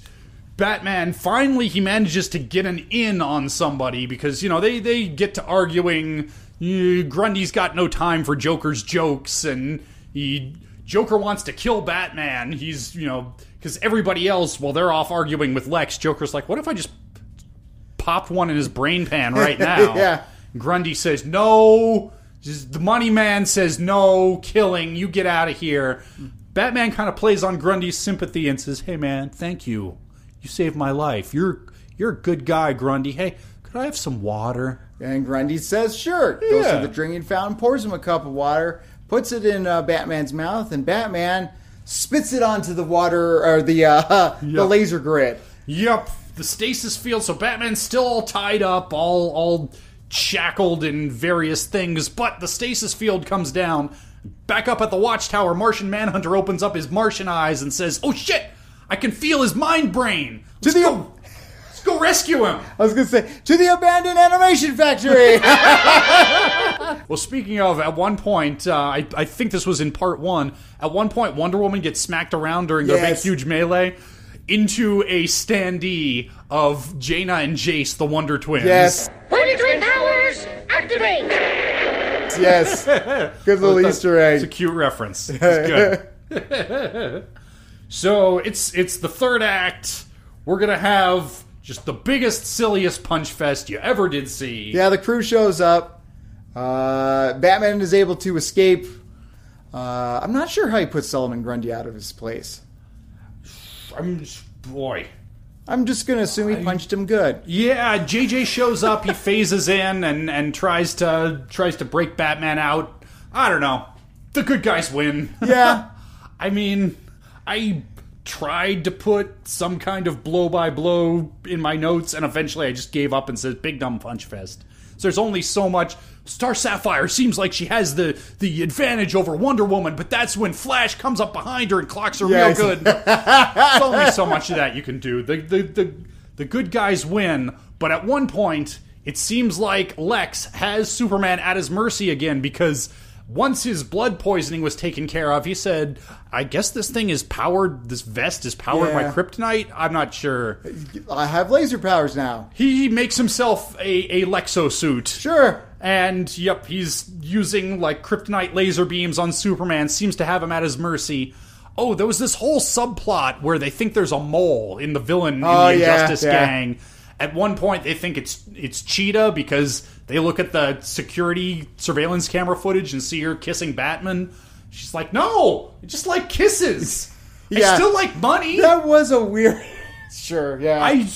Batman finally he manages to get an in on somebody because you know they they get to arguing. eh, Grundy's got no time for Joker's jokes, and he Joker wants to kill Batman. He's you know because everybody else well they're off arguing with Lex. Joker's like, what if I just popped one in his brain pan right now? Yeah. Grundy says no. Just- The money man says no. Killing. You get out of here. Batman kind of plays on Grundy's sympathy and says, "Hey man, thank you. You saved my life. You're you're a good guy, Grundy. Hey, could I have some water?" And Grundy says, sure. Goes Yeah. to the drinking fountain, pours him a cup of water, puts it in uh, Batman's mouth, and Batman spits it onto the water or the uh, the Yep. laser grid. Yep. The stasis field. So Batman's still all tied up, all all shackled in various things. But the stasis field comes down. Back up at the watchtower, Martian Manhunter opens up his Martian eyes and says, "Oh shit! I can feel his mind brain." Let's the- go, let's go rescue him. I was gonna say to the abandoned animation factory. Well, speaking of, at one point, uh, I, I think this was in part one. At one point, Wonder Woman gets smacked around during their big, Yes. huge melee into a standee of Jaina and Jace, the Wonder Twins. Yes, Holy Twin Powers, activate! yes. Good little Easter It's a egg. cute reference. It's good. so it's it's the third act. We're gonna have just the biggest, silliest punch fest you ever did see. Yeah, the crew shows up. Uh, Batman is able to escape. Uh, I'm not sure how he put Solomon Grundy out of his place. I'm just, boy. I'm just gonna assume he punched him good. Yeah, JJ shows up. He phases in and and tries to tries to break Batman out. I don't know. The good guys win. Yeah. I mean, I tried to put some kind of blow by blow in my notes, and eventually I just gave up and said, "Big dumb punch fest." So there's only so much. Star Sapphire seems like she has the the advantage over Wonder Woman, but that's when Flash comes up behind her and clocks her Yes. real good. there's only so much of that you can do. The the the the good guys win, but at one point. It seems like Lex has Superman at his mercy again because once his blood poisoning was taken care of, he said, I guess this thing is powered, this vest is powered by Yeah. kryptonite? I'm not sure. I have laser powers now. He makes himself a, a Lexo suit. Sure. And, yep, he's using, like, kryptonite laser beams on Superman, seems to have him at his mercy. Oh, there was this whole subplot where they think there's a mole in the villain in Oh, the yeah, Injustice yeah. gang. At one point, they think it's it's Cheetah because they look at the security surveillance camera footage and see her kissing Batman. She's like, "No, I just like kisses. I Yeah. still like money." That was a weird. sure. Yeah. I.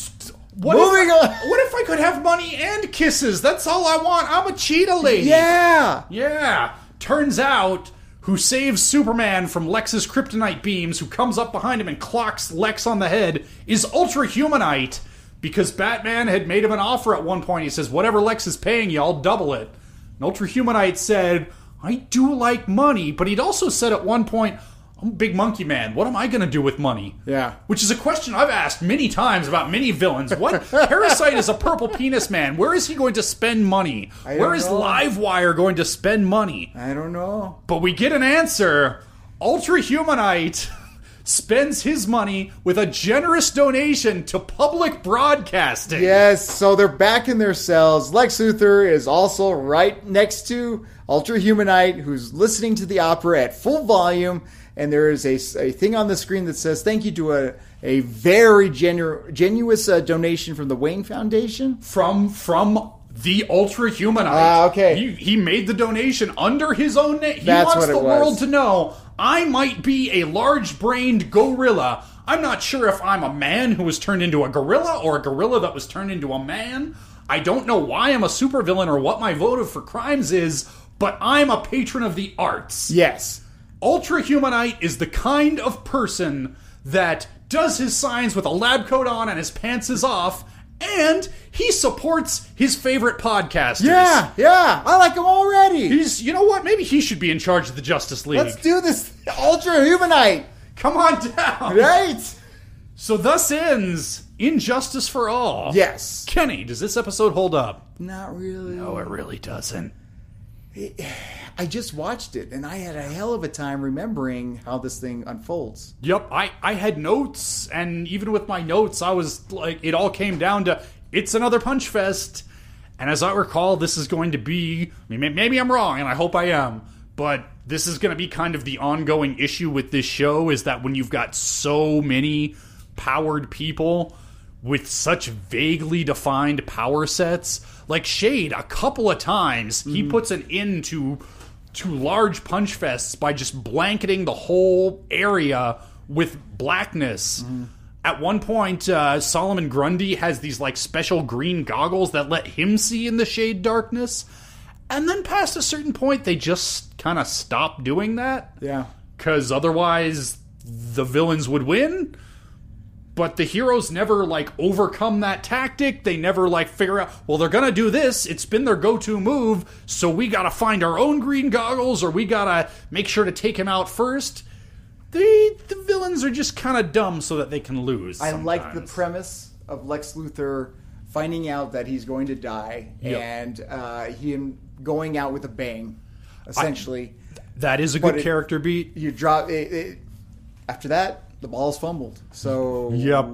What Moving if, on. What if I could have money and kisses? That's all I want. I'm a cheetah lady. yeah. Yeah. Turns out, who saves Superman from Lex's kryptonite beams, who comes up behind him and clocks Lex on the head, is Ultra Humanite because Batman had made him an offer at one point. He says, Whatever Lex is paying you, I'll double it. And Ultra Humanite said, I do like money, but he'd also said at one point, I'm a big monkey man. What am I going to do with money? Yeah. Which is a question I've asked many times about many villains. What parasite is a purple penis man? Where is he going to spend money? don't Where is know. Livewire going to spend money? I don't know. But we get an answer. Ultra Humanite spends his money with a generous donation to public broadcasting. Yes, so they're back in their cells. Lex Luthor is also right next to Ultra Humanite, who's listening to the opera at full volume. And there is a, a thing on the screen that says, Thank you to a, a very genu- genuous uh, donation from the Wayne Foundation. From from the Ultra Humanite. Ah, okay. He, he made the donation under his own name. He That's wants what it the was. world to know I might be a large-brained gorilla. I'm not sure if I'm a man who was turned into a gorilla or a gorilla that was turned into a man. I don't know why I'm a supervillain or what my motive for crimes is, but I'm a patron of the arts. Yes. Ultra Humanite is the kind of person that does his signs with a lab coat on and his pants is off, and he supports his favorite podcasters. Yeah, yeah. I like him already. He's, you know what? Maybe he should be in charge of the Justice League. Let's do this. Ultra Humanite. Come on down. Right? So, thus ends Injustice for All. Yes. Kenny, does this episode hold up? Not really. No, it really doesn't. I just watched it and I had a hell of a time remembering how this thing unfolds. Yep, I, I had notes, and even with my notes, I was like, it all came down to it's another punch fest. And as I recall, this is going to be, I mean, may- maybe I'm wrong, and I hope I am, but this is going to be kind of the ongoing issue with this show is that when you've got so many powered people with such vaguely defined power sets, like Shade, a couple of times, he puts an end to to large punch fests by just blanketing the whole area with blackness. At one point, uh, Solomon Grundy has these like special green goggles that let him see in the shade darkness. And then past a certain point, they just kind of stop doing that Yeah. because otherwise the villains would win. But the heroes never like overcome that tactic. They never like figure out, well, they're gonna do this. It's been their go to move, so we gotta find our own green goggles or we gotta make sure to take him out first. They, the villains are just kind of dumb so that they can lose. I like the sometimes. premise of Lex Luthor finding out that he's going to die Yeah. and uh, him going out with a bang, essentially. That is a But good it- character beat. you drop it, it. After that, the ball's fumbled. So Yep.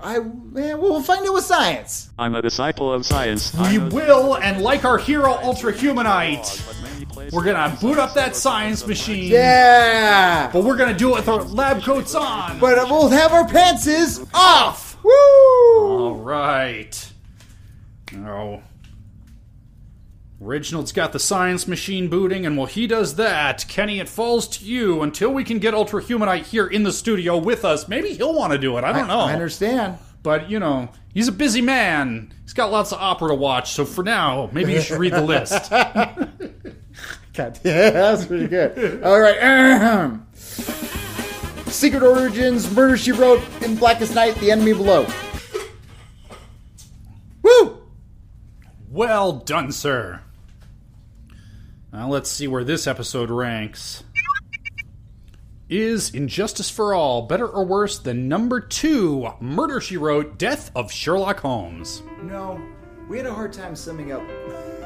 I man, we'll find out with science. I'm a disciple of science. We I'm a- will, and like our hero Ultra Humanite, But many places- we're gonna boot up that science machine. Yeah, But we're gonna do it with our lab coats on. but we'll have our pantses off. Woo! All right. Oh. Reginald's got the science machine booting, and while he does that, Kenny, it falls to you until we can get Ultra Humanite here in the studio with us. Maybe he'll want to do it. I don't know. I understand. But, you know, he's a busy man. He's got lots of opera to watch, so for now, maybe you should read the list. God, yeah, that's pretty good. All right. ahem. Secret Origins, Murder She Wrote, In Blackest Night, The Enemy Below. Woo! well done, sir. Now, let's see where this episode ranks. Is Injustice for All better or worse than number two, Murder She Wrote, Death of Sherlock Holmes? No, we had a hard time summing up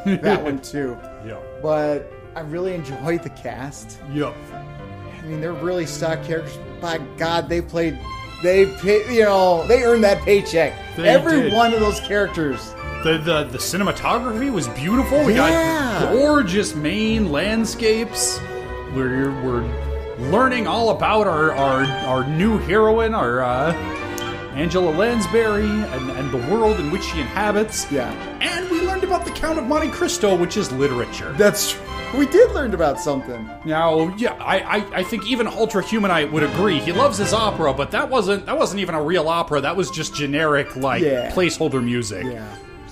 that one too. Yeah. But I really enjoyed the cast. Yup. I mean, they're really stock characters. By God, they played. They, pay, you know, they earned that paycheck. They Every did. one of those characters. The, the the cinematography was beautiful. We Yeah. got gorgeous Maine landscapes. We're we're learning all about our our, our new heroine, our uh, Angela Lansbury, and, and the world in which she inhabits. Yeah. And we learned about the Count of Monte Cristo, which is literature. That's we did learn about something. Now, yeah, I, I, I think even Ultra Humanite would agree. He loves his opera, but that wasn't that wasn't even a real opera. That was just generic like Yeah. placeholder music. Yeah.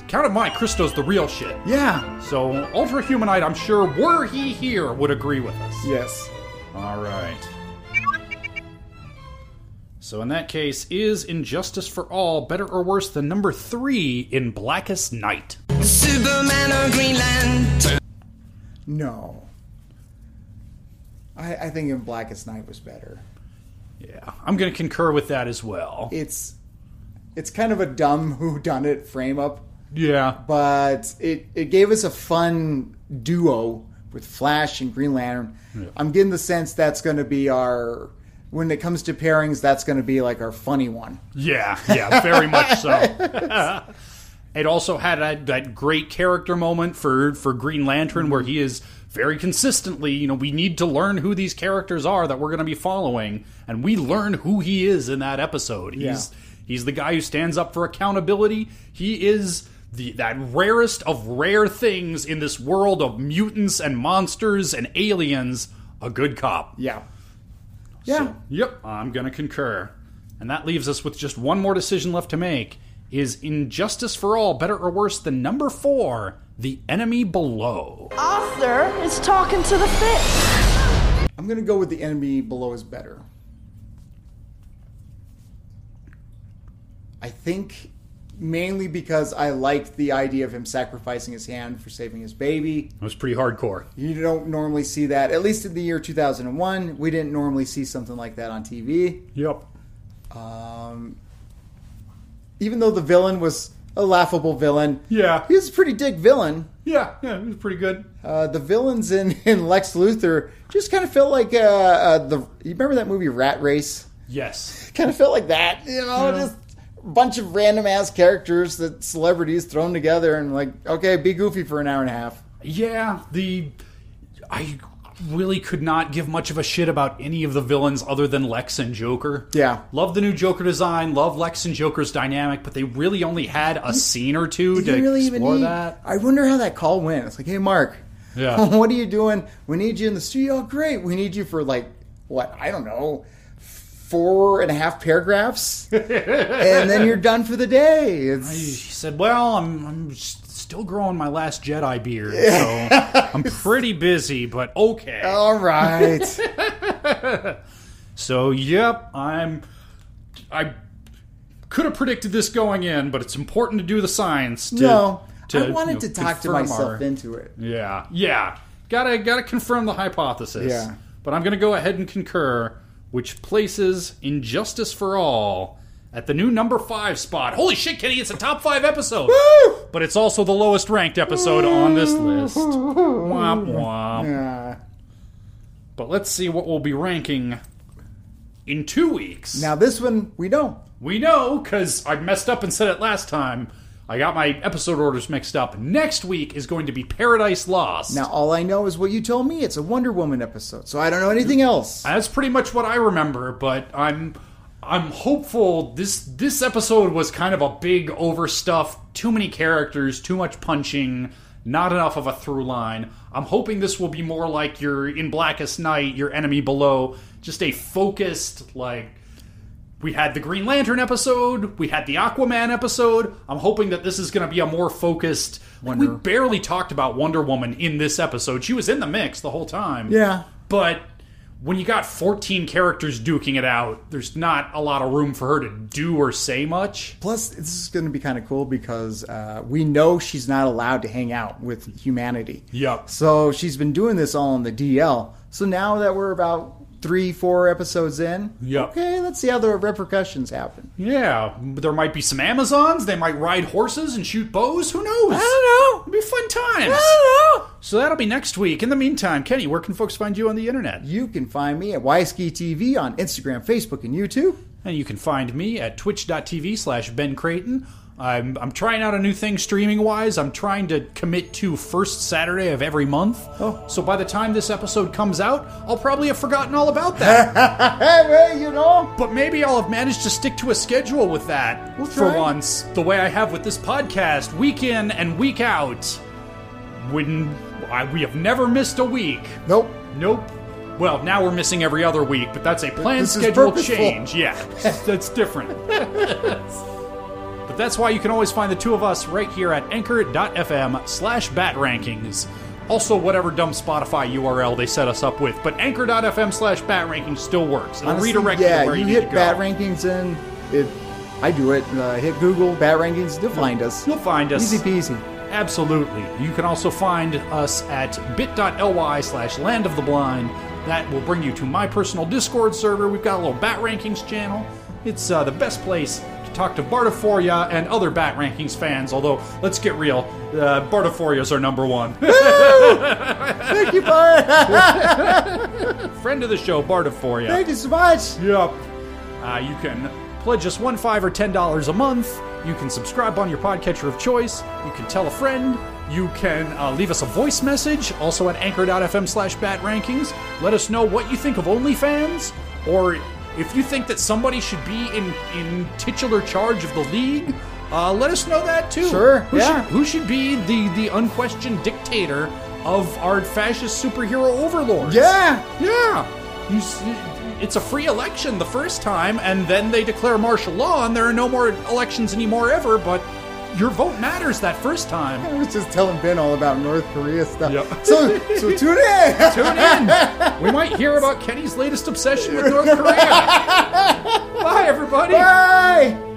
Count of Monte Cristo's the real shit. Yeah. So, Ultra Humanite, I'm sure, were he here, would agree with us. Yes. All right. So, in that case, is Injustice for All better or worse than number three in Blackest Night? Superman of Greenland. No. I, I think in Blackest Night was better. Yeah, I'm going to concur with that as well. It's it's kind of a dumb who done it frame up, Yeah. but it it gave us a fun duo with Flash and Green Lantern. I'm getting the sense that's going to be our when it comes to pairings that's going to be like our funny one. Yeah, yeah, very much so. it also had that, that great character moment for, for Green Lantern where he is very consistently, you know, we need to learn who these characters are that we're going to be following. And we learn who he is in that episode. He's, he's the guy who stands up for accountability. He is. The, that rarest of rare things in this world of mutants and monsters and aliens, a good cop. Yeah. Yeah. Yep, I'm going to concur. And that leaves us with just one more decision left to make. Is Injustice for All better or worse than number four, The Enemy Below? Arthur is talking to the fish. I'm going to go with the enemy below is better. I think mainly because I liked the idea of him sacrificing his hand for saving his baby. That was pretty hardcore. You don't normally see that, at least in the year 2001. We didn't normally see something like that on TV. Yep. Even though the villain was a laughable villain, Yeah. he was a pretty dick villain. Yeah, yeah, it was pretty good. Uh, the villains in, in Lex Luthor just kind of felt like uh, uh, the. You remember that movie Rat Race? Yes. kind of felt like that, you know, just a bunch of random ass characters that celebrities thrown together and like, okay, be goofy for an hour and a half. Yeah, the. I really could not give much of a shit about any of the villains other than Lex and Joker. Yeah. Love the new Joker design, love Lex and Joker's dynamic, but they really only had a scene or two to Didn't really even explore need- that. I wonder how that call went. It's like, hey, Mark, Yeah. what are you doing? We need you in the studio. "Oh, Great. We need you for like what? I don't know, four and a half paragraphs, and then you're done for the day. It's He said, "Well, I'm I'm s- still growing my last Jedi beard, so I'm pretty busy, but okay." all right. So, yep, I'm I could have predicted this going in, but it's important to do the science. To, no, to, I you know, wanted to talk to confirm myself our- into it. Yeah, yeah. Gotta gotta confirm the hypothesis. Yeah. But I'm gonna go ahead and concur, which places Injustice for All at the new number five spot. Holy shit, Kenny, it's a top five episode. But it's also the lowest ranked episode on this list. Womp womp. Uh, But let's see what we'll be ranking in two weeks. now this one we don't. we know because I messed up and said it last time. I got my episode orders mixed up. Next week is going to be Paradise Lost. Now all I know is what you told me. It's a Wonder Woman episode, so I don't know anything else. that's pretty much what I remember, but I'm I'm hopeful this this episode was kind of a big overstuffed, too many characters, too much punching, not enough of a through line. I'm hoping this will be more like your in Blackest Night, your enemy below, just a focused like we had the Green Lantern episode, we had the Aquaman episode. I'm hoping that this is going to be a more focused. like, we barely talked about Wonder Woman in this episode. She was in the mix the whole time. Yeah. But when you got 14 characters duking it out, there's not a lot of room for her to do or say much. Plus, this is going to be kind of cool because uh, we know she's not allowed to hang out with humanity. Yep. So she's been doing this all on the DL. So now that we're about three, four episodes in, Yep. okay, let's see how the repercussions happen. Yeah, there might be some Amazons. They might ride horses and shoot bows. Who knows? I don't know. It'll be fun times. So that'll be next week. In the meantime, Kenny, where can folks find you on the internet? You can find me at Yski TV on Instagram, Facebook, and YouTube. And you can find me at twitch.tv slash Ben Creighton. I'm, I'm trying out a new thing streaming wise. I'm trying to commit to first Saturday of every month. Oh. So by the time this episode comes out, I'll probably have forgotten all about that. Hey, well, you know. but maybe I'll have managed to stick to a schedule with that for try. once, the way I have with this podcast, week in and week out. When I, we have never missed a week. Nope. Nope. Well, now we're missing every other week, but that's a planned This is schedule purposeful. change. Yeah, that's different. but that's why you can always find the two of us right here at anchor.fm slash bat rankings. Also, whatever dumb Spotify URL they set us up with, but anchor.fm slash bat rankings still works. It'll Honestly, redirect you yeah, to where you, you need hit to go. bat rankings in. It, I do it. Uh, hit Google bat rankings. You'll find us. You'll find us. Easy peasy. Absolutely. You can also find us at bit.ly slash land of the blind. That will bring you to my personal Discord server. We've got a little Bat Rankings channel. It's uh, the best place to talk to Bartiforia and other Bat Rankings fans, although, let's get real, uh, Bartiforia's our number one. Thank you, Bart. Friend of the show, Bartiforia. Thank you so much. Yep. Uh, you can pledge us one, five, or ten dollars a month. You can subscribe on your podcatcher of choice. You can tell a friend. You can uh, leave us a voice message, also at anchor.fm slash bat rankings. Let us know what you think of OnlyFans, or if you think that somebody should be in, in titular charge of the league. Uh, let us know that too. Sure, Who yeah. Should, who should be the, the unquestioned dictator of our fascist superhero overlords? Yeah. Yeah, you. s- It's a free election the first time, and then they declare martial law, and there are no more elections anymore ever. But your vote matters that first time. I was just telling Ben all about North Korea stuff. Yep. So, so tune in. Tune in. We might hear about Kenny's latest obsession with North Korea. Bye, everybody. Bye.